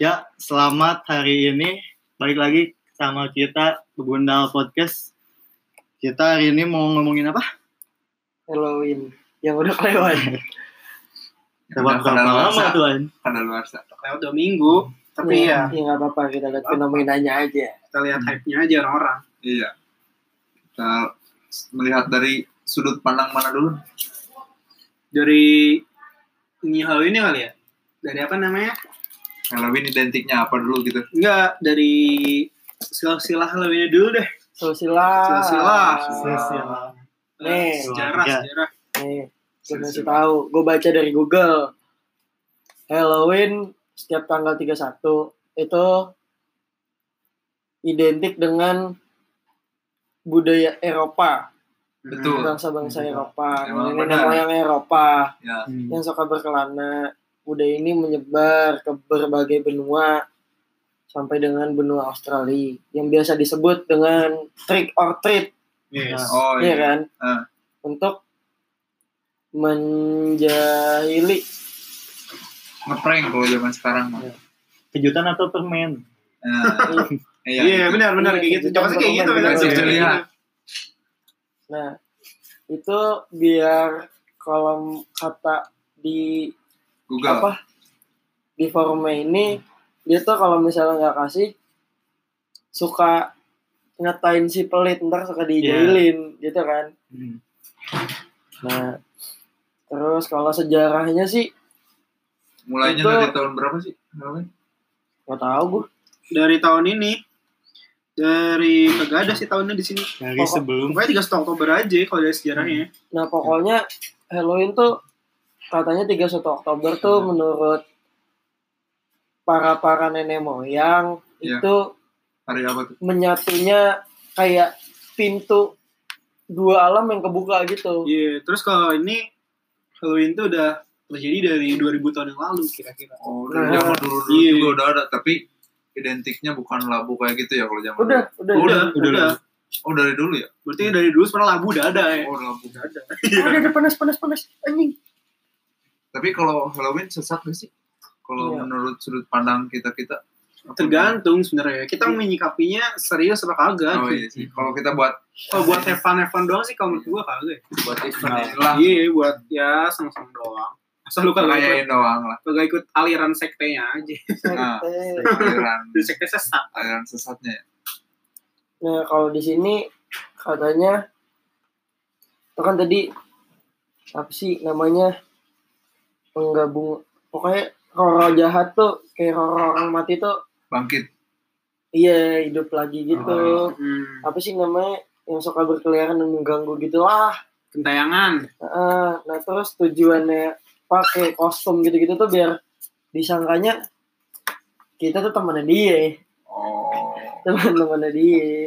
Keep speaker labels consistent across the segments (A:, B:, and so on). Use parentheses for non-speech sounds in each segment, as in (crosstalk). A: Ya, selamat hari ini balik lagi sama kita Begundal Podcast. Kita hari ini mau ngomongin apa?
B: Halloween yang udah
C: (laughs)
B: kelewat.
A: Lewat
C: karena
A: berapa lama
C: luarsa.
A: tuan?
C: Karena luar sana.
D: lewat dua minggu tapi
B: ya,
C: iya.
D: ya
B: ya nggak apa-apa kita lihat fenomenanya aja.
D: kita lihat hype-nya aja orang-orang
C: Iya. Kita melihat dari sudut pandang mana dulu?
D: dari ini Halloween ini kali ya dari apa namanya
C: Halloween identiknya apa dulu gitu?
D: enggak dari silsilah Halloween dulu deh
B: Silsilah.
D: Silsilah.
A: Silsilah.
B: Ah. Nih.
D: sejarah
A: Iya.
D: sejarah
B: Nih, gue kasih
C: Silsilah.
B: tahu. Gue baca dari Google. Halloween setiap tanggal 31 itu identik dengan budaya Eropa,
C: Betul.
B: bangsa-bangsa Eropa,
C: Emang
B: nenek
C: benar.
B: moyang Eropa
C: Ya.
A: Hmm.
B: yang suka berkelana. Budaya ini menyebar ke berbagai benua sampai dengan benua Australia yang biasa disebut dengan trick or treat
D: Yes.
A: Nah.
C: Oh
B: Iya
C: iya.
B: kan?
C: Ah.
B: Untuk menjahili
C: Ngeprank kalau zaman sekarang. mah.
A: Kejutan atau permen?
C: Nah,
D: iya
C: iya.
D: benar
B: Iya,
D: benar kayak gitu coba kayak gitu
B: benar,
D: benar
C: benar.
D: Iya.
C: Iya.
B: Nah, itu biar kolom kata di
C: Google.
B: apa? Di forumnya ini dia tuh kalau misalnya nggak kasih suka ngatain si pelit ntar suka dijahilin gitu kan. Nah, terus kalau sejarahnya sih
C: Mulainya
B: Itu-
C: dari tahun berapa sih? Halloween?
B: nggak tahu gue.
D: dari tahun ini dari kagak ada sih tahunnya di sini
A: Dari
B: Pokok-
A: sebelum
D: pokoknya 3 Oktober aja kalau dari sejarahnya
B: Nah pokoknya Halloween tuh katanya 31 Oktober tuh menurut para para nenek moyang
C: Iya.
B: itu
C: Hari apa tuh?
B: menyatunya kayak pintu dua alam yang kebuka gitu.
D: iya terus kalau ini Halloween tuh udah terjadi dari 2000 tahun yang lalu kira-kira
C: Oh, dari
B: Nah,
C: zaman dulu dulu
D: iya.
C: juga udah ada, tapi identiknya bukan labu kayak gitu ya kalau zaman
B: Udah,
C: dulu.
B: udah, udah,
D: udah udah,
A: udah.
C: Oh, dari dulu ya?
D: berarti dari dulu sebenarnya labu udah ada ya
C: Oh, labu.
D: udah ada
B: udah, udah, panas, panas, panas, anjing.
C: Tapi kalau Halloween sesat gak sih? Kalau
B: Iya.
C: menurut sudut pandang kita-kita? apa
D: tergantung sebenarnya kita menyikapinya serius apa kagak
C: Oh iya sih. Kalau kita buat
D: kalau buat have fun have fun doang sih kalau menurut gua kagak
C: buat
A: Nah.
C: event lah,
D: iya buat ya sama-sama doang asal lu kagak ikut,
C: ngayain doang lah.
D: kagak ikut aliran sektenya aja (laughs)
C: Nah.
B: Sekte.
C: Aliran
D: di sekte sesat
C: aliran sesatnya. ya.
B: Nah, kalau di sini katanya itu kan tadi apa sih namanya penggabung pokoknya roro jahat tuh kayak roro orang mati tuh
C: Bangkit.
B: iya hidup lagi gitu.
D: hmm.
B: Apa sih namanya yang suka berkeliaran dan mengganggu gitu lah.
D: kentayangan
B: Heeh. nah, terus tujuannya pakai kostum gitu-gitu tuh biar disangkanya kita tuh temennya dia,
C: Oh.
B: teman-temannya dia.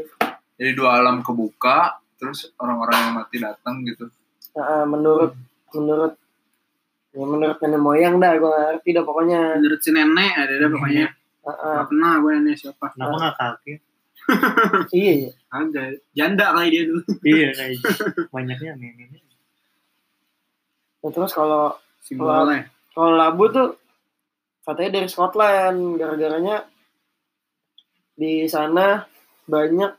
C: Jadi dua alam kebuka, terus orang-orang yang mati datang gitu.
B: Nah, menurut menurut ya menurut nenek moyang dah gue ngerti dah pokoknya
D: menurut si nenek ada ada pokoknya
B: Ah, ah.
D: nggak kenal gue nenek siapa
A: Kenapa nggak kaget?
B: iya iya.
D: kagak janda kali dia dulu (laughs)
A: Iya kayak banyaknya nenek.
B: Nah, terus kalau
D: simbolnya
B: kalau labu tuh katanya dari Scotland gara-garanya di sana banyak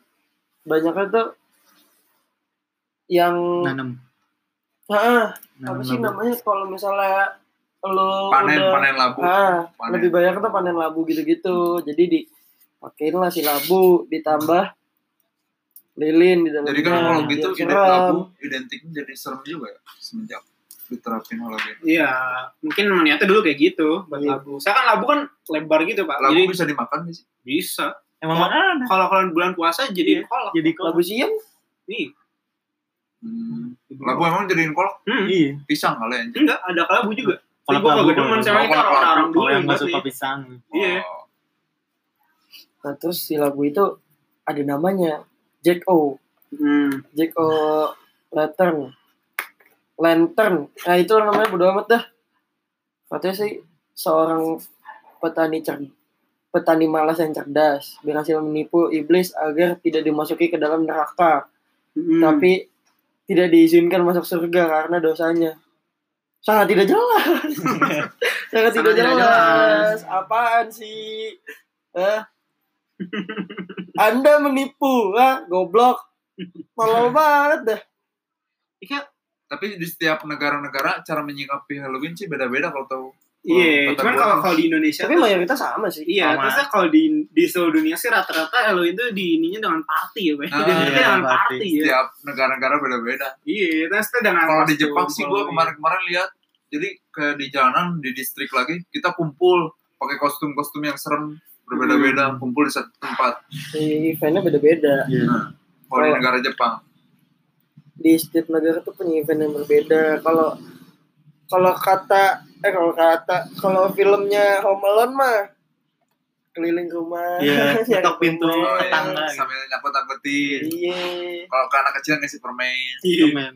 B: banyaknya tuh yang
A: Nanem.
B: Ah, ah,
A: Nanem
B: apa sih
A: labu.
B: namanya kalau misalnya lo
C: Panen
B: Oh, udah
C: panen labu.
B: ah,
C: Panen.
B: lebih banyak tuh panen labu gitu-gitu jadi di pakailah si labu ditambah lilin di dalamnya
C: Jadi kan kalau
A: Nah,
C: gitu
B: biar
C: ide
B: serem.
C: labu identiknya jadi serem juga ya semenjak diterapin Halloween.
D: Iya, mungkin niatnya dulu kayak gitu buat
B: Iya.
D: labu. Saya kan labu kan lebar gitu pak,
C: Labu
D: jadi
C: bisa dimakan gak sih?
D: bisa.
A: nah. Emang mana?
D: Kalau kalian bulan puasa jadi
A: Iya.
D: kolak.
A: Jadi kok
B: labu siam
D: Nih,
C: Hmm. Labu emang jadiin kolak
D: Hmm.
A: iya.
C: pisang kali ya.
D: Enggak, ada kelabu juga.
A: Kalau
D: Tapi gua
A: kelabu
D: kagak demen
A: boleh.
D: sama
C: Kalau
D: itu
C: kelabu-
D: orang-orang dulu
A: Kalau yang nggak
D: berarti.
A: suka pisang.
D: Iya.
C: Oh,
B: nah terus si labu itu ada namanya Jack O
D: Hmm.
B: Jack O Lantern Lantern nah itu namanya bodo amat dah katanya sih seorang petani cer petani malas yang cerdas berhasil menipu iblis agar tidak dimasuki ke dalam neraka
D: Hmm.
B: tapi tidak diizinkan masuk surga karena dosanya sangat (laughs) tidak jelas sangat tidak
D: Sangat tidak
B: jelas.
D: jelas.
B: apaan sih Hah? Anda menipu, ah, goblok. Malu banget dah.
C: Tapi di setiap negara-negara cara menyikapi Halloween sih beda-beda kalau tahu.
D: Iya,
A: Oh,
C: kata
D: cuman
C: gua-
D: kalau kalau di Indonesia
B: Tapi
D: tuh-
B: mayoritas sama sih.
D: Iya,
A: Sama.
D: terusnya kalau di di seluruh dunia sih rata-rata Halloween tuh di ininya dengan party ya, Bay.
C: Ah,
D: Identitasnya
A: iya,
D: dengan
A: party.
D: party ya.
C: Setiap negara-negara beda-beda.
D: Iya, terus tuh dengan
C: Kalau di
D: kostum,
C: Jepang sih gue
D: kalau-
C: kemarin-kemarin lihat, jadi kayak di jalanan di distrik lagi kita kumpul pakai kostum-kostum yang serem berbeda-beda kumpul di satu tempat.
B: Iya, eventnya beda-beda.
C: Kalau di
B: Kalau-
C: negara Jepang,
B: Di setiap negara tuh punya event yang berbeda. Kalau kalau kata eh kalau kata kalau filmnya Home Alone mah keliling rumah.
A: Iya,
B: (laughs) nyari
A: ketok pintu,
B: pemain.
C: Oh, iya.
A: tetangga gitu.
C: sambil nyangkut-nyangkutin.
B: Iya.
C: Kalau ke anak kecil ngasih permen.
D: Iya,
A: Cuman,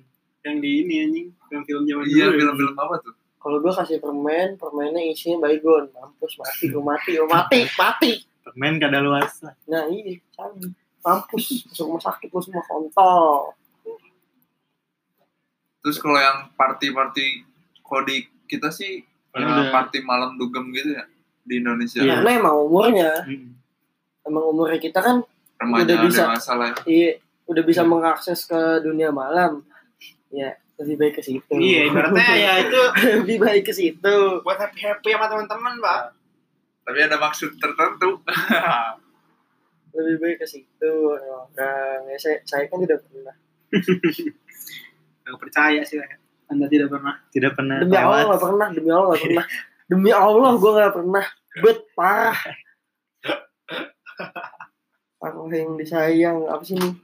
D: yang di ini anjing, film-film zaman
C: Iya,
D: dulu. ya.
C: film-film apa tuh?
B: Kalau gue kasih permen, permennya isinya baygon. Mampus, mati, gue mati, gue mati, mati.
A: permen kada luas
B: Nah iya, canggih. Mampus, masuk rumah sakit lu semua kontol.
C: Terus kalau yang party-party kodik kita sih
A: Karena
C: eh,
A: udah-
C: party malam dugem gitu ya di Indonesia.
A: Iya.
B: Karena emang umurnya,
A: Mm.
B: emang umurnya kita kan
C: Remaja
B: Udah bisa.
C: dewasa lah.
B: iya, udah bisa mengakses ke dunia malam. Ya, lebih baik ke situ.
D: Iya,
A: (laughs)
D: ibaratnya ya itu
B: lebih baik ke situ.
D: buat happy-happy sama teman-teman, Pak.
C: Tapi ada maksud tertentu.
B: Lebih baik ke situ. Orang ya, saya, saya kan tidak pernah.
D: Gak percaya sih, lah. Anda tidak pernah.
A: tidak pernah
B: Demi Allah
A: lewat.
B: nggak pernah, demi Allah nggak pernah. Demi Allah gue nggak pernah. Bet parah. Aku yang disayang apa sih nih?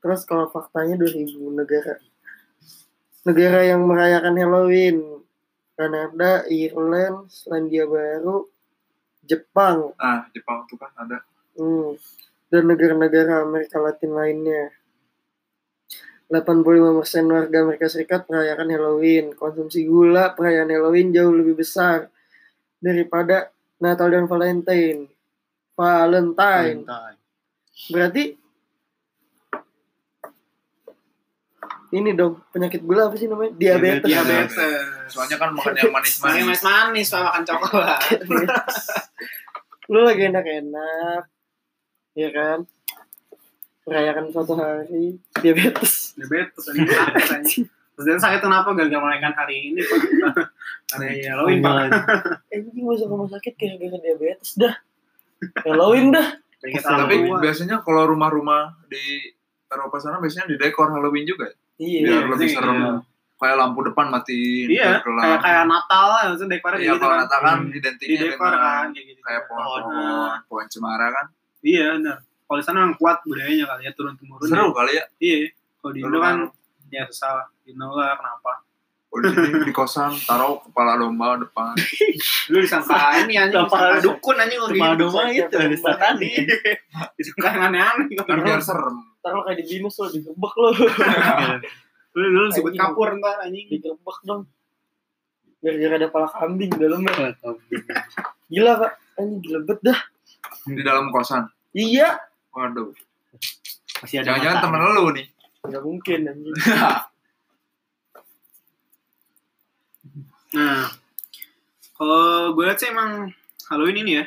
B: Terus kalau faktanya 2000 negara negara yang merayakan Halloween Kanada, Irland, Selandia Baru, Jepang,
C: ah, Jepang tuh kan ada.
B: Hmm. Dan negara-negara Amerika Latin lainnya. 85% warga Amerika Serikat merayakan Halloween. Konsumsi gula perayaan Halloween jauh lebih besar daripada Natal dan Valentine. Valentine.
A: Santai.
B: Berarti ini dong penyakit gula apa sih namanya? Diabetes.
C: Diabetes.
D: Diabetes.
C: Soalnya kan Iya, makan yang
D: Manis
C: manis-manis.
D: manis, manis Pak, makan coklat.
B: Lu lagi enak-enak. Ya kan? Merayakan suatu hari diabetes.
D: Diabetes anjing sakit anjing. Terus dia sakit kenapa gara-gara merayakan hari ini, (laughs) Pak? Hari Halloween, Pak.
A: Santai.
B: anjing masuk rumah sakit gara-gara diabetes dah Halloween dah
D: Pengen
A: Kesel.
D: tahu
C: Tapi
D: gua.
C: biasanya kalau rumah-rumah di Eropa sana biasanya di dekor Halloween juga ya.
B: iya
C: Biar lebih
D: sih,
C: serem.
A: iya.
C: Kayak lampu depan matiin.
D: Iya,
C: kayak gelap.
D: kayak kayak Natal lah, maksudnya dekornya
C: Iya,
D: kayak gitu
C: kalau
D: kan.
C: Natal kan
A: Hmm.
D: Di
C: identiknya
D: dekor kan,
C: dengan
D: kayak gitu.
C: kayak
D: Nah,
C: pohon-pohon, pohon cemara kan.
D: Iya, benar. Kalau di sana emang kuat budayanya kali ya, turun-temurun.
C: Seru kali ya.
D: Iya, kalau di Indo
C: Seru
D: kan ya susah lah. You know lah kenapa.
C: Oh, di sini di kosan taruh kepala domba depan.
D: Lu disangka ini
A: Kenapa
D: anjing, disangka
A: harus-
D: dukun anjing kalau
A: Cuma
D: gitu.
A: ada mah itu ada
D: Tadi.
A: satanin.
D: Disangka yang aneh-aneh.
C: Kan biar serem.
B: ntar lo kayak di binus lo digerbek lo (laughs)
D: Lu lu
B: Anjing.
D: sebut kapur ntar anjing.
B: digerbek dong gara-gara ada pala kambing dalamnya
A: Gak tau.
B: gila pak anjing gila bet dah
C: Di dalam kosan.
B: iya
C: Waduh.
A: Masih ada
C: Jangan-jangan
A: mata.
C: temen lu nih.
B: nggak mungkin anjing
D: Nah, kalau gue lihat sih emang Halloween ini ya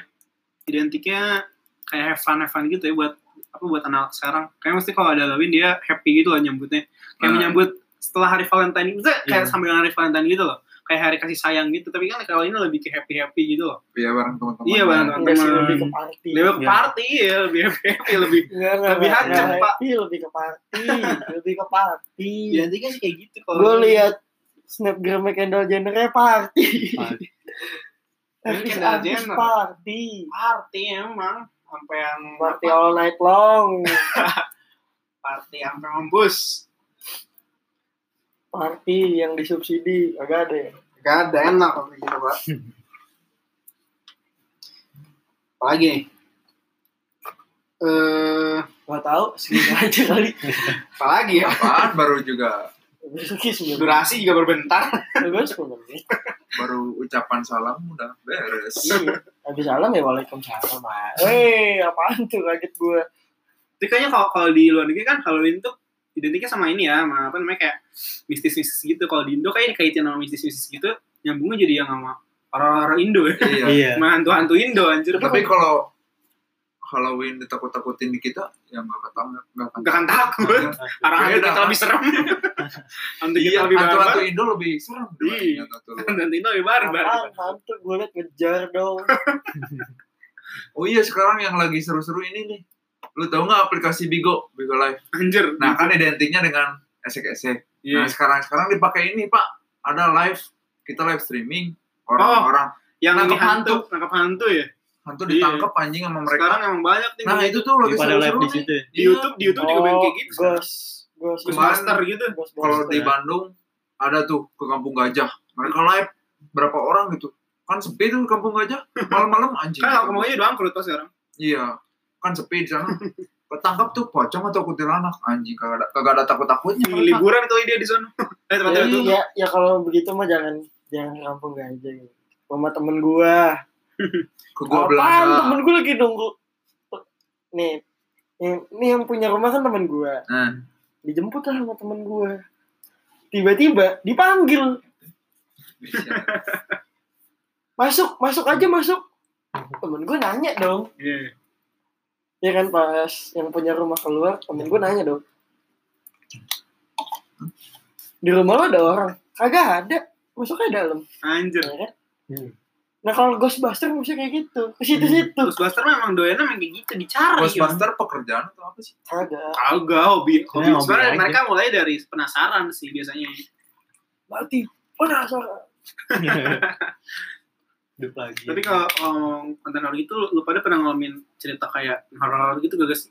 D: identiknya kayak have fun have fun gitu ya buat apa buat anak sekarang. Kayak mesti kalau ada Halloween dia happy gitu loh nyambutnya. Kayak
C: Nah.
D: menyambut setelah hari Valentine itu
A: Ah. Iya.
D: kayak sambil hari Valentine gitu loh. Kayak hari kasih sayang gitu, tapi kan kalau ini lebih ke happy-happy gitu loh.
C: Iya bareng teman-teman.
D: Iya, bareng
B: nggak sih
D: Teman.
B: lebih ke party
D: Lebih ke
A: Iya.
D: party ya, lebih happy, lebih
B: Nggak, nggak,
D: Lebih
B: nggak,
D: hancur,
B: nggak
D: Pak.
B: happy, lebih ke party lebih ke party
D: identiknya sih kayak gitu kalau
B: gue lihat snapgramnya Kendall Jenner party
A: Party.
B: Artis-
D: Kendall
B: artis
D: Jenner.
B: party
D: party emang sampai yang
B: Party all night long.
D: party sampai mampus.
B: Party yang disubsidi agak ada. ya?
D: Gak ada enak kalau kayak gitu, Pak. Apalagi nih? Eh,
B: Gak tau, segini (laughs) aja kali.
D: apalagi ya?
C: Apaan baru juga
B: Besoknya sembilan.
D: Durasi juga berbentar.
B: Gue sepuluh menit.
C: baru ucapan salam udah beres.
B: Iya. Habis salam ya waalaikumsalam. ah. Weh, apaan tuh kaget gue.
D: Tapi kayaknya kalau kalau di luar negeri kan Halloween tuh identiknya sama ini ya, sama apa namanya kayak mistis-mistis gitu. Kalau di Indo kayaknya dikaitin sama mistis-mistis gitu, nyambungnya jadi yang sama horor-horor Indo ya.
C: Iya.
A: Iya.
D: Sama hantu-hantu Indo anjir.
C: Tapi kalau Halloween ditakut-takutin di kita ya nggak ketangkep nggak akan
D: Gak akan takut. Arah hantu
C: Beda,
D: kita
C: Pak.
D: lebih (laughs) serem. hantu kita
C: iya
D: lebih
C: hantu
D: barbar.
C: hantu Indo lebih serem
D: Iya.
C: dibanding hantu luar.
D: Hantu itu lebih barbar.
B: Apaan hantu gue liat ngejar dong.
C: oh iya sekarang yang lagi seru-seru ini nih lu tahu nggak aplikasi Bigo Bigo Live
D: Anjir.
C: nah kan identiknya dengan esek-esek
D: Iya.
C: nah sekarang sekarang dipakai ini pak ada live kita live streaming orang-orang
D: yang ini
C: nangkep
D: hantu, nangkap hantu ya.
C: hantu ditangkap anjing sama mereka
D: Iya. Sekarang emang banyak nih.
C: nah itu tuh lagi
A: Daripada live
C: seru-seru
A: di
C: nih
A: situ. ya.
D: di YouTube, di YouTube juga banyak kayak gitu.
B: Ghost, ghost,
D: Ghost
C: kemarin-
D: Master gitu.
B: ghost
C: kalau
B: master.
C: di Bandung ada tuh ke Kampung Gajah. Mereka live berapa orang gitu. Kan sepi tuh Kampung
B: (laughs)
C: Gajah. Malam-malam anjing.
D: Kan kalau
B: ya?
D: kemauannya udah angkrut pas sekarang.
C: Iya. Kan sepi di
B: (laughs)
C: sana. Ketangkap tuh pocong atau kuntilanak anjing kagak ada, kagak ada takut-takutnya.
D: Yang
C: mereka.
D: Liburan kali dia di sana. (laughs) Eh
B: Ya,
D: tempat itu.
C: Iya.
B: ya, ya kalau begitu mah jangan jangan kampung gak aja gitu. Rumah temen gua.
C: Ke
B: Apaan
C: gua Belanda.
B: temen gua lagi nunggu. Nih, yang, nih yang punya rumah kan temen gua.
C: Nah,
B: Dijemput lah sama temen gua. Tiba-tiba dipanggil. (laughs) Iya.
C: bisa.
B: Masuk, masuk aja masuk. Temen gua nanya dong.
D: Iya.
B: Ya kan pas yang punya rumah keluar, temen gue nanya dong. Di rumah lo ada orang? Kagak ada. Masuknya dalam.
D: Anjir.
B: Ya kan?
A: Hmm.
B: Nah kalau Ghostbuster mesti kayak gitu. Ke situ-situ.
D: Ghostbuster memang doyannya memang kayak gitu dicari.
C: Ghostbuster pekerjaan atau apa sih?
B: Kagak.
D: Kagak hobi. Hobi
A: Kayaknya Iya, hobi
D: sebenarnya
A: aja. Iya.
D: mereka mulai dari penasaran sih biasanya.
B: Berarti penasaran.
A: Hidup lagi.
D: Tapi kalau ngomong konten horor gitu, lu pada pernah ngalamin cerita kayak horor gitu gak sih?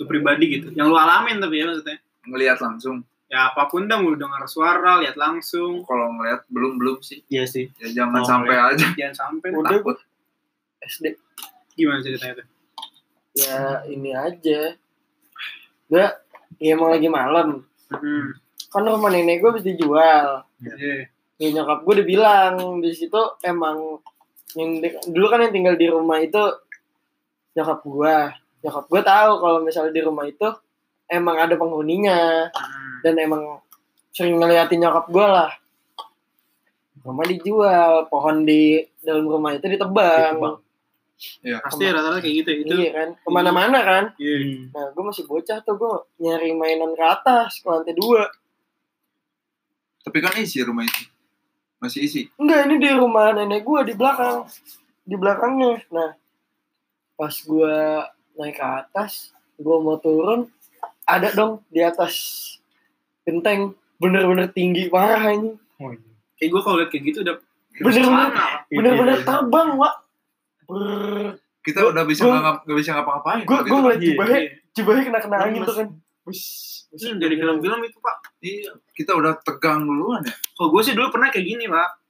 D: Lu pribadi gitu, yang lu alamin tapi ya maksudnya.
C: Ngelihat langsung.
D: Ya apapun dah, mau dengar suara, lihat langsung,
C: Kalau ngelihat belum-belum sih.
A: Iya sih.
C: Ya
A: Oh,
C: jangan sampai aja.
D: jangan sampai
B: iya. Udah gue SD.
D: gimana ceritanya tuh?
B: Ya ini aja. Gue ya emang lagi malam.
D: Hmm.
B: Kan rumah nenek gue habis dijual.
D: Iya.
B: Ya nyokap gue udah bilang. Di situ emang. Yang di- dulu kan yang tinggal di rumah itu. Nyokap gue. Nyokap gue tahu kalau misalnya di rumah itu. Emang ada penghuninya.
D: Hmm.
B: dan emang sering ngeliatin nyokap gue lah rumah dijual pohon di dalam rumah itu ditebang,
A: Ditebang.
D: Pasti rata-rata kayak gitu ya, itu.
B: iya kan kemana-mana kan
D: Iya.
A: Hmm.
B: nah gue masih bocah tuh gue nyari mainan ke atas ke lantai dua
C: Tapi kan isi rumah itu. Masih isi.
B: enggak ini di rumah nenek gue di belakang di belakangnya nah pas gue naik ke atas gue mau turun ada dong di atas genteng bener-bener tinggi parah ini
A: Oh, iya.
D: Kayak gue kalau lihat kayak gitu udah
B: bener-bener
D: Celana.
B: bener-bener
A: Iya.
B: terbang wak Brrrr.
C: Kita
B: Gua-
C: udah bisa
B: gua-
C: nggak nggak bisa ngapa-ngapain.
B: gue
C: gitu
B: gue
C: kan.
B: ngeliat
A: Iya.
B: cibahnya cibahnya kena kena
D: Lemes.
B: angin tuh kan Bus, bus.
D: Hmm, dari film-film itu pak.
C: Iya, kita udah tegang duluan ya.
D: Kalau gue sih dulu pernah kayak gini pak.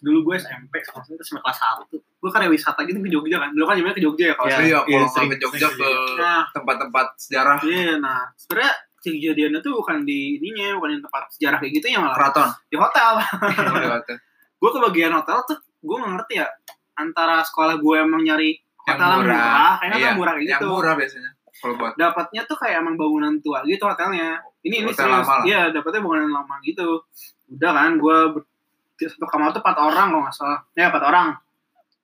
D: Dulu gue SMP, maksudnya itu kelas satu. Gue karya wisata gitu ke Jogja kan. Dulu kan nyoba ke Jogja ya kalau
A: Iya,
C: Iya, kalau
A: iya,
C: nggak ke
A: sering-
C: Jogja
A: sering
C: ke
D: saya- Nah,
C: tempat-tempat sejarah
D: Iya, nah sebenarnya kejadiannya tuh bukan di ininya, bukan di tempat sejarah kayak gitu ya malah (laughs)
C: keraton.
D: di hotel.
C: Kelihatan.
D: gue ke bagian hotel tuh, gue nggak ngerti ya antara sekolah gue emang nyari
C: Yang
D: hotel yang
C: murah.
D: murah, kayaknya
C: Iya,
D: tuh murah kayak
C: Yang
D: gitu.
C: murah biasanya. Kalau buat
D: Dapatnya tuh kayak emang bangunan tua gitu hotelnya. Ini ini
C: Hotel
D: serius,
C: lama lah.
D: iya dapatnya bangunan lama gitu. Udah kan, gue ber- satu kamar tuh empat orang kalau nggak salah, ya empat orang.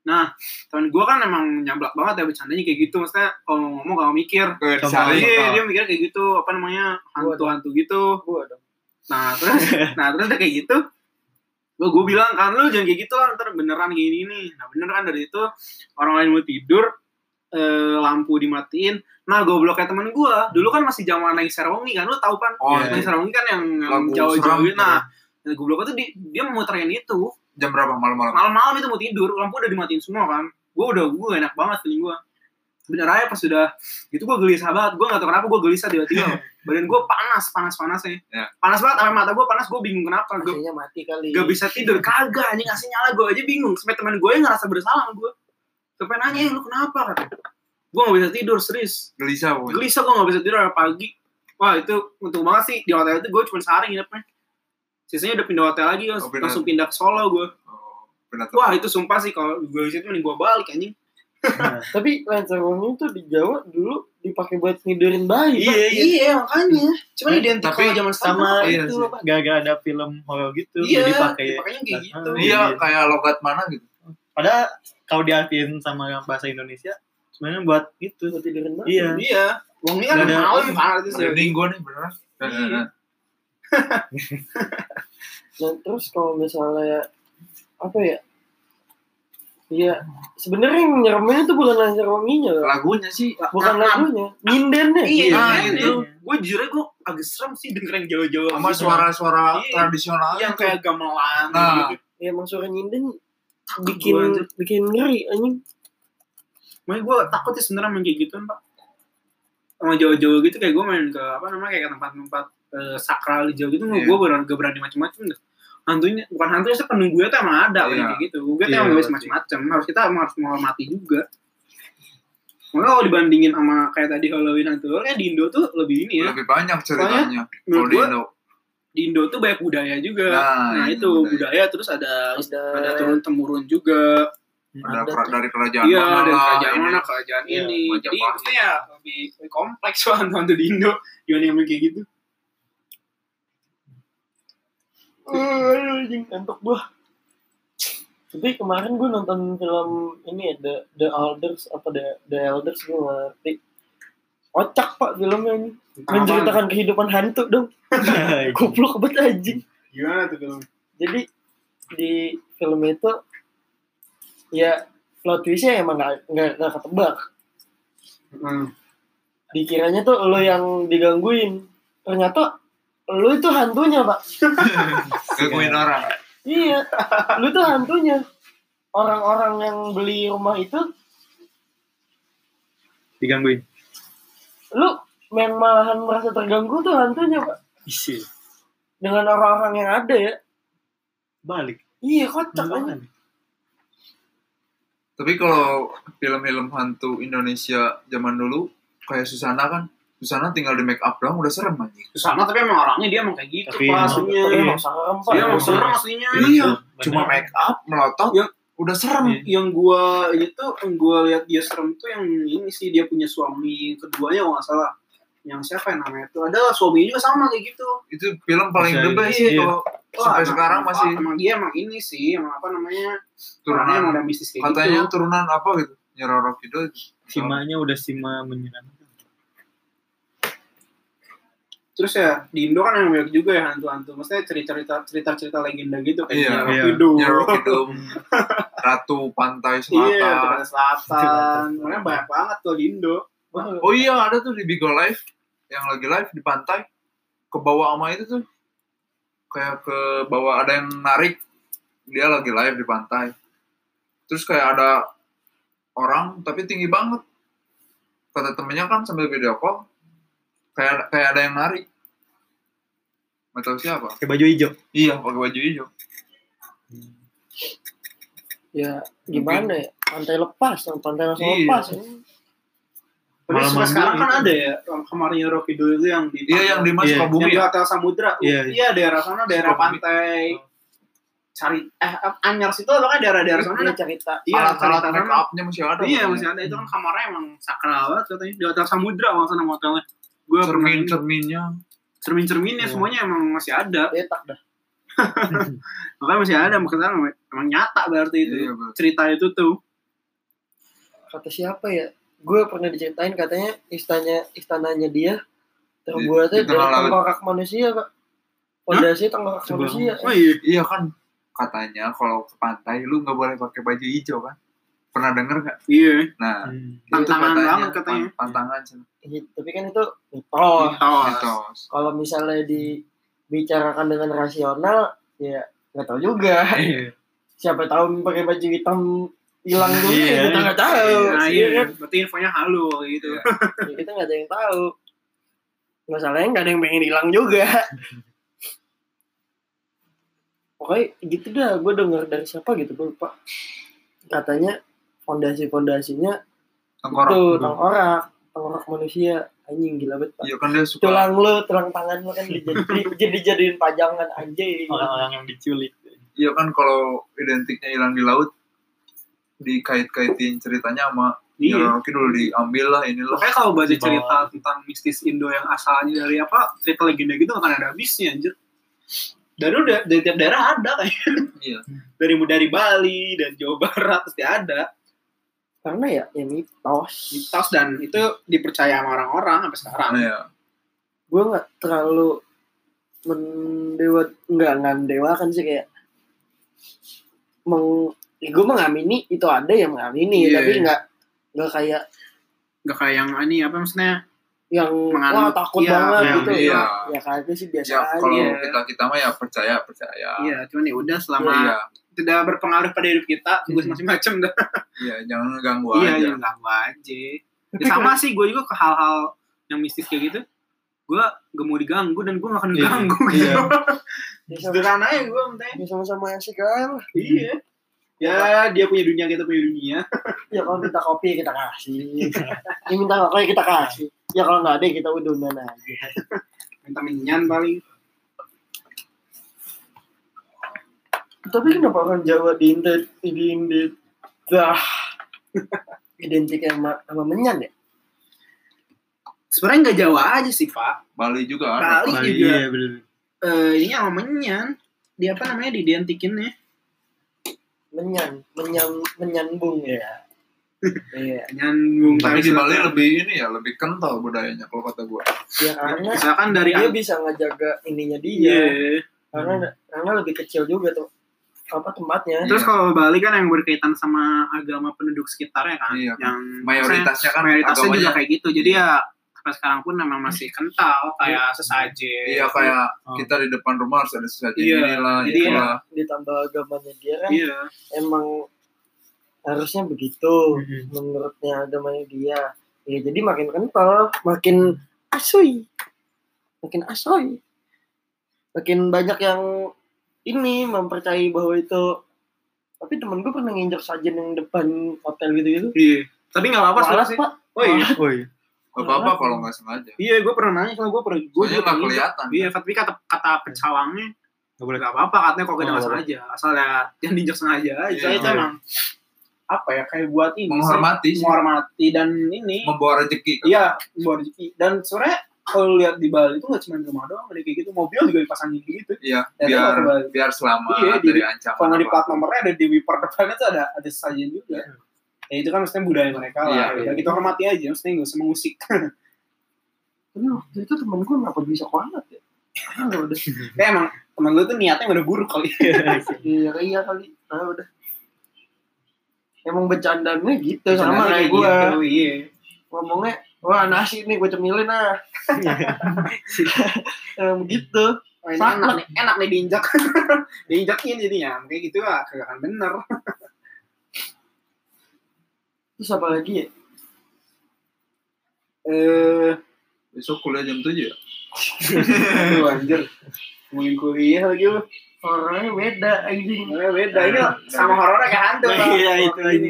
D: Nah, temen gue kan emang nyablak banget ya bercandanya kayak gitu. Maksudnya kalau ngomong gak mikir.
C: ke
A: Contoh.
C: Sari,
D: Iya, dia mikir kayak gitu, apa namanya,
B: Gua ada.
D: hantu-hantu gitu.
B: gue dong
D: Nah terus, (laughs) nah terus udah kayak gitu, gue gue bilang kan lu jangan kayak gitu lah, ntar beneran gini nih. Nah bener kan dari itu orang lain mau tidur, eh, lampu dimatiin. Nah gobloknya temen gue, dulu kan masih zaman Nangis Sarawongi kan, lu tau kan?
C: Oh,
A: Iya.
D: Nangis Sarawongi kan yang, yang
C: Lagu
D: jauh-jauh.
C: seram,
D: Nah, nah gobloknya tuh di- dia memuterin itu,
C: jam berapa malam-malam?
D: malam-malam itu mau tidur, lampu udah dimatiin semua kan. Gue udah, gue enak banget feeling gue. Bener aja pas udah gitu gue gelisah banget, gue gak tau kenapa gue gelisah tiba-tiba.
C: (laughs)
D: Badan gue panas, panas-panasnya.
C: Ya.
D: Panas banget, sampai mata gue panas, gue bingung kenapa. Gue
B: kayaknya mati kali
D: gak bisa tidur kagak anjing ngasih nyala gue aja bingung sampai teman gue yang ngerasa bersalah sama gue sampai nanya "Eh, lu kenapa kata gue gak bisa tidur serius
C: Gelisah pokoknya.
D: gelisah gue gak bisa tidur dari pagi wah itu untung banget sih di hotel itu gue cuma sehari nginepnya sisanya udah pindah hotel lagi
C: Oh, pindah.
D: langsung pindah ke Solo gue
C: Oh, benar tuh.
D: wah itu sumpah sih kalau gue di situ mending gue balik anjing
B: tapi lancar wangi itu di Jawa dulu dipakai buat ngidurin bayi
A: Iya, iya.
D: makanya cuman identik
C: Tapi
D: kalau zaman
A: Sama
D: sekarang
C: Iya
A: itu
C: sih.
A: apa? Gak ada film horor gitu.
D: iya
A: Jadi pakai.
D: pakainya kayak gitu
A: Ah,
C: Iya, kayak logat mana gitu.
A: Padahal kalau diartiin sama bahasa Indonesia mainnya buat itu
B: Buat tiduran banget.
D: (laughs)
A: iya
D: Iya. Wong ini kan
A: Nggak ada-
D: malam panas itu ya.
C: Merinding gue nih beneran. Nah, nah, nah.
B: Dan terus kalau misalnya apa ya? Iya, sebenarnya yang nyeremnya itu bukan lancar wanginya, loh.
C: Lagunya sih.
B: bukan
D: Nah,
B: lagunya, nyindennya.
D: Iya,
C: Iya,
D: kan?
C: itu.
D: Gue jujur gue agak serem sih dengerin jauh-jauh.
C: Sama
D: gitu.
C: suara-suara
D: Iya.
C: tradisional.
D: yang kayak gamelan
C: Nah.
D: gitu.
B: Ya emang suara nyinden
D: Takut
B: bikin
D: gua, anjir.
B: bikin ngeri anjing.
D: Makanya gue takut sih sebenarnya main kayak gituan, Pak. Sama jauh-jauh gitu kayak gue main ke apa namanya kayak ke tempat-tempat eh, sakral di jauh gitu
C: Iya.
D: gue berani gak berani macam-macam deh. Hantunya bukan hantunya sih penunggunya tuh emang
C: Iya.
D: ada kayak gitu. Gue tuh
C: Iya,
D: emang bisa
C: berarti.
D: macam-macam. Harus kita emang harus menghormati juga. Makanya kalau dibandingin sama kayak tadi Halloween hantu, kayak di Indo tuh lebih ini ya.
C: Lebih banyak ceritanya.
D: Menurut
C: Kalau di
D: gue
C: Indo.
D: di Indo tuh banyak budaya juga. Nah,
C: Nah,
D: itu budaya terus ada
B: Ada
D: ada turun temurun juga.
C: Ada
B: ada
C: kera-
B: tuh.
C: dari kerajaan
D: Iya,
C: mana
D: dari kerajaan
C: ini.
D: mana, kerajaan
A: Iya,
D: ini. Jadi
C: Majapahit.
D: maksudnya ya lebih lebih kompleks soal hantu di Indo. Gimana yang kayak gitu?
B: Eh, anjing ngantuk gua. Tapi kemarin gua nonton film ini ya The The Elders apa The The Elders gua nggak ngerti. Kocak pak filmnya ini. Menceritakan kehidupan hantu dong. Goblok banget anjing.
D: Gimana tuh film?
B: Jadi di film itu ya plot twistnya emang nggak nggak nggak ketebak.
D: Hmm.
B: Dikiranya tuh lo yang digangguin. Ternyata lo itu hantunya pak.
C: Gangguin orang.
B: Iya, lu tuh hantunya. Orang-orang yang beli rumah itu,
A: digangguin
B: lu yang malahan merasa terganggu tuh hantunya, Pak.
A: isi
B: Dengan orang-orang yang ada ya.
A: balik
B: Iya, kocak aja.
A: Gimana?
C: Tapi kalau film-film hantu Indonesia zaman dulu, kayak Susana kan, Susana tinggal di make up doang udah serem anjing.
D: Sama tapi emang orangnya dia emang kayak gitu
A: Tapi
D: Pak,
A: emang-
D: aslinya.
B: Tapi
A: Iya.
B: emang serem, Pak.
D: Dia emang
A: Iya.
D: serem aslinya.
C: Iya,
A: Bener.
C: cuma make up, melotot,
D: Iya.
C: udah serem.
A: Iya.
D: Yang gua itu yang gua lihat dia serem tuh yang ini sih dia punya suami keduanya kalau nggak salah. Yang siapa yang namanya itu? Adalah suaminya juga sama kayak gitu.
C: Itu film paling
A: Bisa,
C: the best sih
A: iya.
C: kalau
D: Wah,
C: sampai
D: emang-
C: sekarang
D: emang-
C: masih
D: emang dia emang ini sih, emang apa namanya? Orangnya emang
C: turunan.
D: udah mistis kayak
C: Katanya
D: gitu.
C: turunan apa gitu, Nyeroro Kidul.
A: simanya udah sima menyenangkan
D: terus ya di Indo kan yang banyak juga ya hantu-hantu maksudnya cerita-cerita cerita-cerita legenda gitu kayak
C: Iya,
D: Nyerok
A: iya.
D: Kidul.
C: Nyeroro
D: (laughs)
C: Kidul, Ratu Pantai
D: iya
C: Selatan.
D: Jakarta Selatan makanya banyak banget tuh di Indo
C: Oh iya, ada tuh di Bigo Live yang lagi live di pantai. Ke bawah ama itu tuh. Kayak ke bawah ada yang narik. Dia lagi live di pantai. Terus kayak ada orang tapi tinggi banget. Kata temennya kan sambil video call kayak kayak ada yang narik. Gak tahu siapa.
A: pakai baju hijau
C: Iya, pakai baju hijau.
B: Ya, gimana ya? Pantai lepas, yang pantai langsung
C: Iya.
B: lepas.
D: tapi
A: Malam
D: sampai
A: minggu
D: sekarang kan
A: itu.
D: ada ya yang kamarnya Rocky dulu itu yang di
C: Iya, yang di Mas
A: Iya.
D: yang
C: Sukabumi
D: di
C: ya?
D: hotel Samudra
A: Iya.
D: iya daerah sana daerah
C: Sukabumi.
D: pantai cari eh Anyar situ atau kan daerah-daerah sana
B: Ini
D: ada-
B: cerita.
D: iya
C: Alat-alat
D: cerita
C: make
D: sana.
C: up-nya masih ada.
D: iya
C: katanya.
D: masih ada itu kan kamarnya emang sakral banget katanya di hotel Samudra kalau nggak salah nama hotelnya gue pernah
C: cermin-cerminnya.
D: cermin-cerminnya
A: Iya.
D: semuanya emang masih ada
B: Betak dah.
D: Makanya masih ada, makanya emang- emang nyata berarti itu.
C: Iya, betul.
D: Cerita itu tuh.
B: Kata siapa ya? Gue pernah diceritain katanya istananya istananya dia terbuatnya
C: Di-
B: dari
C: di tengah laut.
B: tengkorak manusia, Pak. Pondasi tengkorak
A: Coba.
B: manusia.
D: Oh iya.
C: Iya kan katanya kalau ke pantai lu nggak boleh pakai baju hijau kan? Pernah denger nggak?
D: Iya.
C: Nah,
A: Hmm.
C: (laughs) itu
D: Tantangan banget katanya.
C: pan- Tantangan sih.
B: Iya, tapi kan itu
C: Oh,
B: mitos.
D: Mitos.
C: Mitos.
B: Kalau misalnya dibicarakan dengan rasional, ya nggak tahu juga.
A: Iya.
B: Siapa tahu pakai baju hitam hilang dulu
A: Iya.
B: ya kita nggak tahu.
D: Nah,
B: Iya
D: iya.
B: kan?
D: Berarti infonya halo gitu.
C: Iya.
B: Ya, kita nggak ada yang tahu. Masalahnya nggak ada yang pengen hilang juga. Pokoknya gitu dah, gue denger dari siapa gitu, gue lupa. Katanya fondasi-fondasinya
C: Tengkorak.
B: itu tengkorak, tengkorak manusia. Anjing gila banget, Pak.
C: Iya kan dia suka.
B: tulang lu, tulang tangan lu kan dijadi, (laughs) jadi jadiin pajangan anjing.
A: orang-orang yang diculik
C: Iya kan kalau identiknya hilang di laut dikait-kaitin ceritanya sama
D: (laughs) Iya.
C: Nyeroro Kidul diambil lah inilah.
D: Makanya kalau baca
A: Di bawah.
D: cerita tentang mistis Indo yang asalnya dari apa, cerita legenda gitu gak akan ada habisnya anjir. Dan udah dari tiap daerah ada kayak.
C: Iya.
D: Dari dari Bali dan Jawa Barat pasti ada.
B: karena ya ya mitos
D: mitos dan itu dipercaya sama orang-orang sampai sekarang
C: Iya.
B: gue nggak terlalu mendewa nggak ngandewakan sih kayak meng gue mengamini itu ada yang mengamini
C: Iya,
B: tapi
C: iya.
B: nggak nggak kayak
D: nggak kayak yang ini apa maksudnya
B: yang wah
D: Menganut,
B: takut
D: iya,
B: banget
A: iya,
B: gitu
C: iya.
B: ya kagak sih biasa
C: Ya
B: aja
C: kalau
D: Iya.
C: kita kita mah ya percaya percaya.
D: iya cuman ya udah selama
C: Iya.
D: tidak berpengaruh pada hidup kita tugas macam-macam dah
C: Iya, jangan ganggu
D: iya
C: aja.
D: yang ganggu aja ya, sama sih gue juga ke hal-hal yang mistis kayak gitu gue gak mau diganggu dan gue gak akan
A: Iya.
D: diganggu
A: Iya.
D: (laughs) gitu
B: Ya, sama-
C: kan?
D: sederhana ya gue mintanya
B: ya sama-sama asik kan
D: iya ya dia punya dunia kita punya dunia
B: ya kalau minta kopi kita kasih ya minta kopi kita kasih ya kalau nggak ada kita udunan aja
D: minta minyan paling
B: tapi kenapa orang Jawa diintet diintet dah identik sama sama menyan ya
D: sebenarnya nggak Jawa aja sih pak
C: Bali juga kan.
D: Bali
A: Bali,
D: juga
A: iya, bener.
D: eh, ini sama menyan di apa namanya diidentikinnya
B: menyan menyam menyambung ya iya
D: nyambung
C: Tapi di
D: Misalkan-
C: Bali lebih ini ya, lebih kental budayanya kalau kata gua.
B: ya karena
D: misalkan dari
B: dia bisa ngejaga ininya
D: Iya. Hmm.
B: dia karena karena lebih kecil juga tuh apa tempatnya
D: Terus kalau Bali kan yang berkaitan sama agama penduduk sekitarnya kan,
C: Iya.
D: yang
C: Mayoritasnya kan
D: mayoritasnya juga
C: agamanya
D: kayak gitu. Jadi ya sampai sekarang pun memang masih kental kayak sesajen.
C: Iya kayak
A: Oh.
C: kita di depan rumah harus ada sesuatu
D: Iya,
C: inilah,
D: jadi ya.
C: itulah.
B: ditambah agamanya dia kan
D: Iya.
B: emang harusnya begitu menurutnya agamanya dia ya jadi makin kental makin asoy makin asoy makin banyak yang ini mempercayai bahwa itu tapi temen gue pernah nginjak sajen yang depan hotel gitu gitu
D: Iya. Tapi nggak apa-apa
B: Walas,
D: sih.
B: pak
D: Oh iya.
A: Oh iya.
C: Gak apa-apa kalau nggak sengaja.
D: Iya, gue pernah nanya soalnya gue pernah gue
C: Soalnya nggak kelihatan.
D: Iya, tapi kata kata pencawangnya
A: Nggak (laughs) boleh.
D: nggak apa-apa katanya kalau kita nggak
A: Oh.
D: sengaja, asal ya yang diinjak sengaja aja.
C: Iya.
D: Itu emang apa ya kayak buat ini sih.
C: Menghormati sih.
D: menghormati dan ini
C: membawa rezeki kan?
D: Iya, buat rezeki. Dan sebenarnya kalau lihat di Bali itu nggak cuma rumah doang, ada kayak gitu. Mobil juga dipasangin kayak gitu.
C: Iya,
D: Ya,
C: biar
D: itu kembali.
C: biar selamat
D: Iya, di-
C: dari
D: Kalau
C: ancaman.
D: nggak di
C: apa.
D: plat nomornya ada di wiper depannya tuh ada ada sajian juga. Ya itu kan maksudnya budaya mereka
C: Iya,
D: lah.
C: iya.
D: Ya, kita hormati aja, maksudnya nggak usah mengusik. (laughs)
B: tapi waktu itu temen gue kenapa bisa kualat ya Ah, udah
D: Kayak emang temen lu tuh niatnya udah buruk kali.
B: iya iya kali ah udah emang bercandanya gitu sama
D: Bercandanya
B: kayak gue
D: gitu, Iya.
B: ngomongnya wah nasi nih gue cemilin ah
A: Iya. (laughs)
B: Emang gitu
D: Oh, ini
B: Saklek.
D: enak nih, enak nih diinjak. (laughs) Diinjakin jadinya, kayak gitu lah, kagak akan bener.
B: terus apa lagi ya
D: Eh,
C: Besok kuliah jam 7 ya?
D: aduh, anjir. Ngomongin kuliah lagi lu.
B: orangnya beda anjing
D: Eh, Beda, ini sama horornya kayak hantu.
A: Nah,
D: Pak.
A: iya itu aja.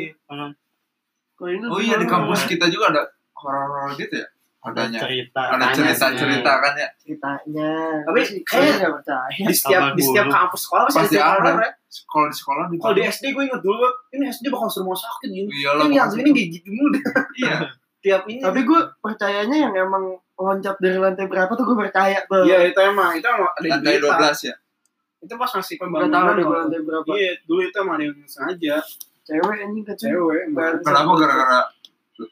B: Kalau ini
C: Oh iya di
B: gimana?
C: kampus kita juga ada horor-horor gitu ya? Adanya.
A: cerita.
C: Ada
D: Adanya
C: cerita-cerita kan ya?
B: ceritanya
D: Tapi,
B: Terus kalian
D: eh,
B: nggak percaya
D: di setiap
A: Tambah
D: di setiap
A: buruk.
D: kampus sekolah pasti,
C: Pasti
D: ada
C: ada.
D: horor ya.
C: Kalau di sekolah di
D: Kalau di SD gue inget dulu, ini SD bakal suruh mau sakit gini.
C: Iya lah.
D: Ini yang
C: makasih.
D: ini gigit mulu (laughs) deh.
C: Iya.
D: tiap ini.
B: tapi gue percayanya yang emang loncat dari lantai berapa tuh gue percaya tuh
D: Iya itu emang itu emang ada di
C: Lantai
D: berita.
C: 12 ya?
D: Itu pas masih
B: Gak
D: pembangunan.
B: tahu deh gue
D: kalau-
B: lantai berapa
D: Iya dulu itu emang ada yang sengaja
B: cewek anjing kecil
D: cewek. emang.
B: Baru-
C: Kenapa gara-gara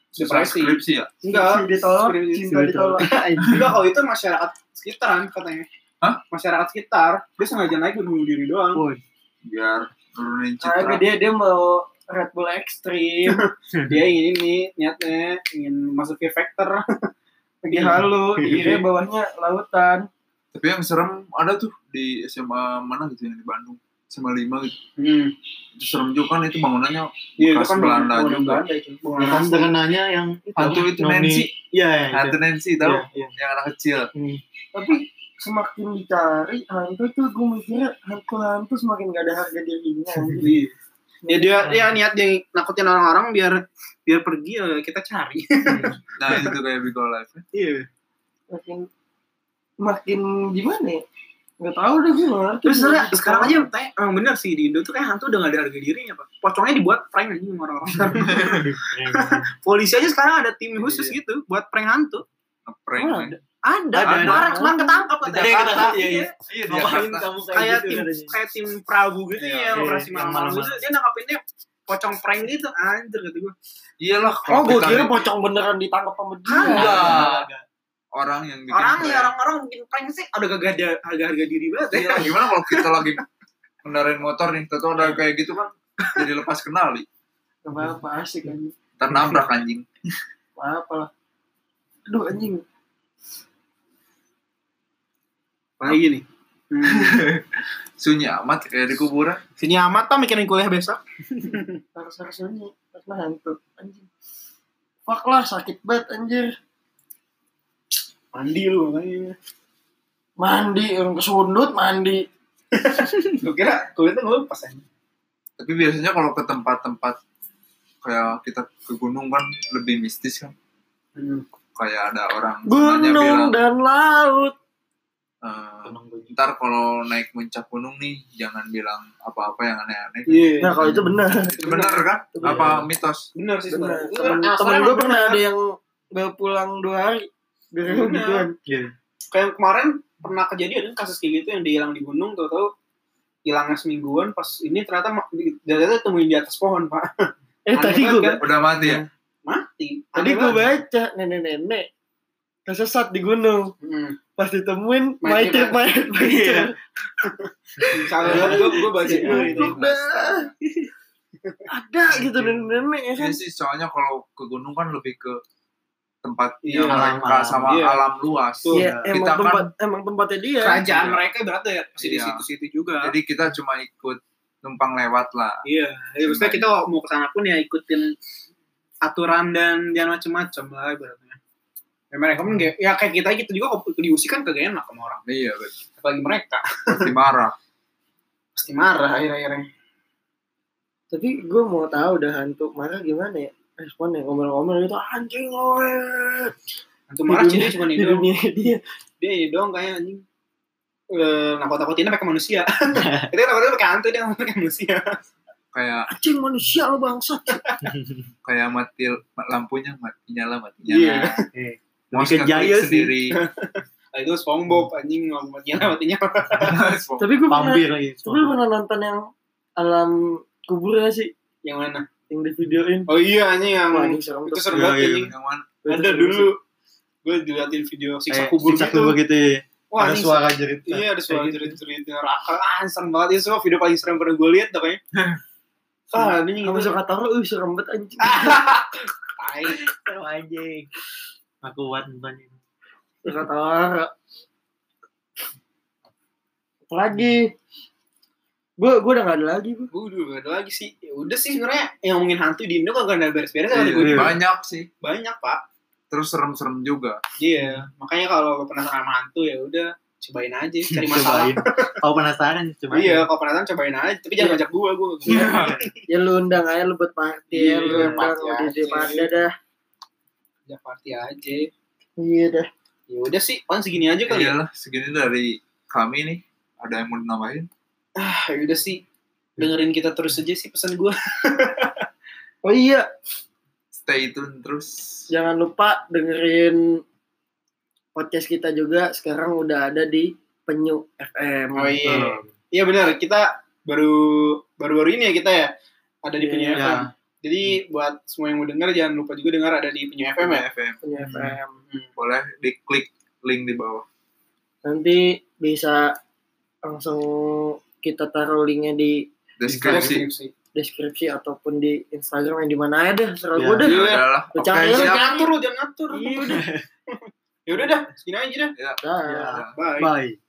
C: susah
D: Depresi.
C: skripsi ya?
D: Enggak.
B: Iya, Si ditolak
D: Skripsi-
B: cinta ditolak
D: (laughs) Enggak kalau itu masyarakat sekitaran katanya.
C: Hah?
D: Masyarakat sekitar dia sengaja naik bunuh diri doang.
C: Biar nurunin
B: tapi
C: citra.
B: dia Iya, dia mau Red Bull Extreme
A: Hmm.
D: Dia ingin ini niatnya ingin masuk ke vector. Lagi halu.
B: dia
D: Iya.
B: bawahnya lautan
C: Tapi yang serem ada tuh di SMA mana gitu yang di Bandung. SMA 5 gitu.
D: Hmm.
C: Itu serem juga kan itu bangunannya
D: Iya itu
C: Bekas
D: kan
C: Belanda
D: bangunan
C: juga.
D: Belanda itu. Bangunan
A: Kan sederhananya yang
C: hantu itu
A: Noni.
C: Nancy.
A: Iya, iya,
C: Hantu Nancy
A: iya.
C: tau?
A: Iya,
C: Yang anak kecil.
B: tapi semakin dicari hantu tuh gue mikirnya hantu-hantu semakin gak ada harga dirinya anjing.
D: Iya. Ya dia ya niat dia nakutin orang-orang biar biar pergi ya kita cari.
C: Nah itu kayak Big Life. ya.
A: (laughs)
D: Iya.
B: makin makin gimana ya nggak tahu deh gue nggak ngerti
D: Terus sebenarnya sekarang aja tanya, emang bener sih di Indo tuh kayak hantu udah gak ada harga dirinya pak. Pocongnya dibuat prank aja sama orang-orang. Polisi aja sekarang ada tim khusus
C: Iya.
D: gitu buat prank hantu.
C: Ngeprank.
B: Wah,
C: men.
D: Ada,
A: Ada,
D: ada,
A: ada.
D: orang kemarin ketangkap
C: Di
D: katanya.
C: Jakarta.
A: Iya, iya.
C: Iya di
A: Ngapain
C: Jakarta.
A: kamu
D: Kayak
A: kayak
D: tim
A: gitu? katanya.
D: kayak tim Prabu gitu
C: Iya,
D: ya yang
A: iya,
D: operasi
A: yang
D: malam-malam
A: malam-malam.
D: gitu dia nangkapinnya pocong prank gitu anjir kata gue
C: Iyalah.
B: Oh,
C: kalau
B: gue
C: kita
B: kira
C: nih,
B: pocong beneran ditangkap sama dia.
D: Kagak.
C: orang yang bikin
D: orang ya
C: prank.
D: orang-orang bikin prank sih udah gak ada harga harga diri banget ya
C: (laughs) Iya, gimana kalau kita lagi kendarain motor nih, tentu ada kayak gitu kan, jadi lepas kenali,
B: Gak apa-apa, asik anjing.
C: ntar nabrak anjing.
B: Gak apa lah. Aduh anjing.
D: lagi nih (laughs) hmm.
C: Sunyi amat kayak di kuburan.
D: sini amat tau mikirin kuliah besok
B: harus harus ini karena hantu anjing fuck lah sakit banget anjir
D: mandi lu makanya
B: mandi orang kesundut mandi
D: gue kira kulitnya ngelupas aja
C: Tapi biasanya kalau ke tempat-tempat kayak kita ke gunung kan lebih mistis kan.
D: hmm.
C: Kayak ada orang temannya
B: gunung dan laut
C: "Eh, ntar kalau naik puncak gunung nih jangan bilang apa-apa yang aneh-aneh.
D: Iya.
B: nah kalau itu benar
C: Itu benar kan?
B: Benar.
C: Apa mitos?
D: benar sih
B: benar
D: sebenarnya
B: temen,
D: Nah,
B: temen gue
D: soalnya emang (laughs)
B: pernah
D: benar.
B: ada yang gak pulang dua hari dari
D: Benar.
B: gituan
A: Iya.
D: kayak kemarin pernah kejadian kasus kayak gitu yang dihilang di gunung tau tau hilangnya semingguan pas ini ternyata ma- di- ternyata temuin di atas pohon pak
B: eh
D: Aneh
B: tadi
D: banget
B: gue
D: kan?
C: Udah mati ya?
D: mati
B: tadi
D: Aneh
B: gue
D: banget.
B: baca nenek nenek tersesat di gunung
D: Hmm.
B: pas ditemuin
D: Mayat
B: mayat
D: kita.
B: mayat
D: Iya.
B: mayat
D: Salah gue gue baca eh, dulu itu
B: udah ada gitu nenek nenek ya kan
C: Iya sih, soalnya kalau ke gunung kan lebih ke tempat
D: Iya,
C: yang mereka
A: alam.
C: sama
D: Iya.
C: alam luas.
D: Betul.
B: Iya,
C: Kita
B: emang
C: kan-
B: tempat emang tempatnya dia.
D: kerajaan
C: Iya.
D: mereka berarti ya pasti di
C: Iya.
D: situ-situ juga
C: Jadi kita cuma ikut numpang lewat lah.
D: iya ya, maksudnya kita kalau mau kesana pun ya ikutin aturan dan dan macam-macam lah ibaratnya ya mereka pun kayak ya kayak kita gitu juga kalau diusik kan kagak enak sama orang
C: Iya, betul.
D: apalagi mereka
C: pasti marah.
D: pasti marah akhir-akhirnya
B: Tapi gue mau tahu dah hantu marah gimana ya? Responnya ngomel-ngomel itu anjing loe.
D: untuk
B: Di
D: marah sih
B: dunia- (laughs)
D: dia cuma
B: Di
D: itu
B: dunia dia.
D: dia ini doang kayak anjing eh nakut-nakutinnya pakai manusia (laughs) itu nakut-nakutin pakai hantu dia ngomong pakai manusia (laughs)
C: Kayak
B: Anjing manusia lo bangsa.
C: kayak mati lampunya mati nyala mati
D: Iya.
C: nyala.
A: Iya.
C: Mau
A: Lebih ke jaya sih.
C: sendiri.
D: Nah, itu SpongeBob anjing ngomongnya matinya
B: Tapi gue pernah,
A: Pampir lagi.
B: tapi gue pernah nonton yang alam kubur gak sih?
D: (laughs) yang mana
B: Yang di videoin.
D: oh iya anjing yang
B: Wah, ini serem
D: itu
B: tuh.
D: serem
A: Iya,
D: banget
A: iya,
D: anjing
C: Yang mana?
D: ada dulu gue diliatin video siksa kubur
A: siksa
D: gitu
A: kubur gitu ya.
D: wah
A: ada
D: anjing,
A: suara jerit.
D: iya ada suara
A: Kayak gitu.
D: jerit-jerit neraka ah serem banget itu semua video paling serem pernah gue lihat pokoknya ah ini Ah.
B: Kamu
D: gitu
B: suka taruh, uh serem banget anjing.
D: Tai.
A: Seru anjing. Aku kuat nontonnya.
B: Suka taruh. Lagi. Gue gue udah gak ada lagi gue.
D: Waduh, gak ada lagi sih. Ya udah sih sebenarnya yang ngomongin hantu di Indo kagak ada beres-beres
C: Iya,
D: kata gue juga.
C: Banyak sih.
D: banyak pak.
C: Terus serem-serem juga.
D: Iya, makanya kalau lo penasaran sama hantu ya udah cobain aja cari masalah.
A: Cobain. Kau penasaran coba.
D: Iya, kalau penasaran cobain aja, tapi jangan
B: Iya.
D: ngajak gua, gua.
B: Ya lu undang aja lu buat party.
D: Iya,
B: Ya, lu undang
D: party
B: udah
D: aja.
B: di party dah.
D: Ngajak party aja.
B: Iya dah.
D: Ya udah sih, paling segini aja kali ya.
C: Iyalah, Iya, segini dari kami nih. Ada yang mau nambahin?
D: Ah, ya udah sih. Dengerin kita terus aja sih pesan gua.
B: Oh iya,
C: Stay tune terus.
D: Ya,
B: jangan lupa dengerin podcast kita juga sekarang udah ada di Penyu FM.
D: Oh iya. Iya benar, kita baru baru-baru ini ya kita ya ada di Penyu
B: Iya.
D: FM. Jadi buat semua yang mau denger jangan lupa juga denger ada di Penyu FM ya. Iya,
C: FM.
B: Penyu
A: Hmm.
B: FM.
C: Boleh diklik link di bawah.
B: Nanti bisa langsung kita taruh linknya di
D: Iya,
C: Deskripsi.
B: deskripsi ataupun di Instagram yang di mana aja deh, serah
A: Iya.
B: gue deh.
C: Ya udah lah. Oke,
B: Jangan
D: Jangan
C: siap.
D: (laughs) ngatur lo, jangan ngatur.
B: Iya udah.
D: Ya udah dah, segini aja dah.
B: Dah.
A: Iya.
D: Bye.
A: Bye.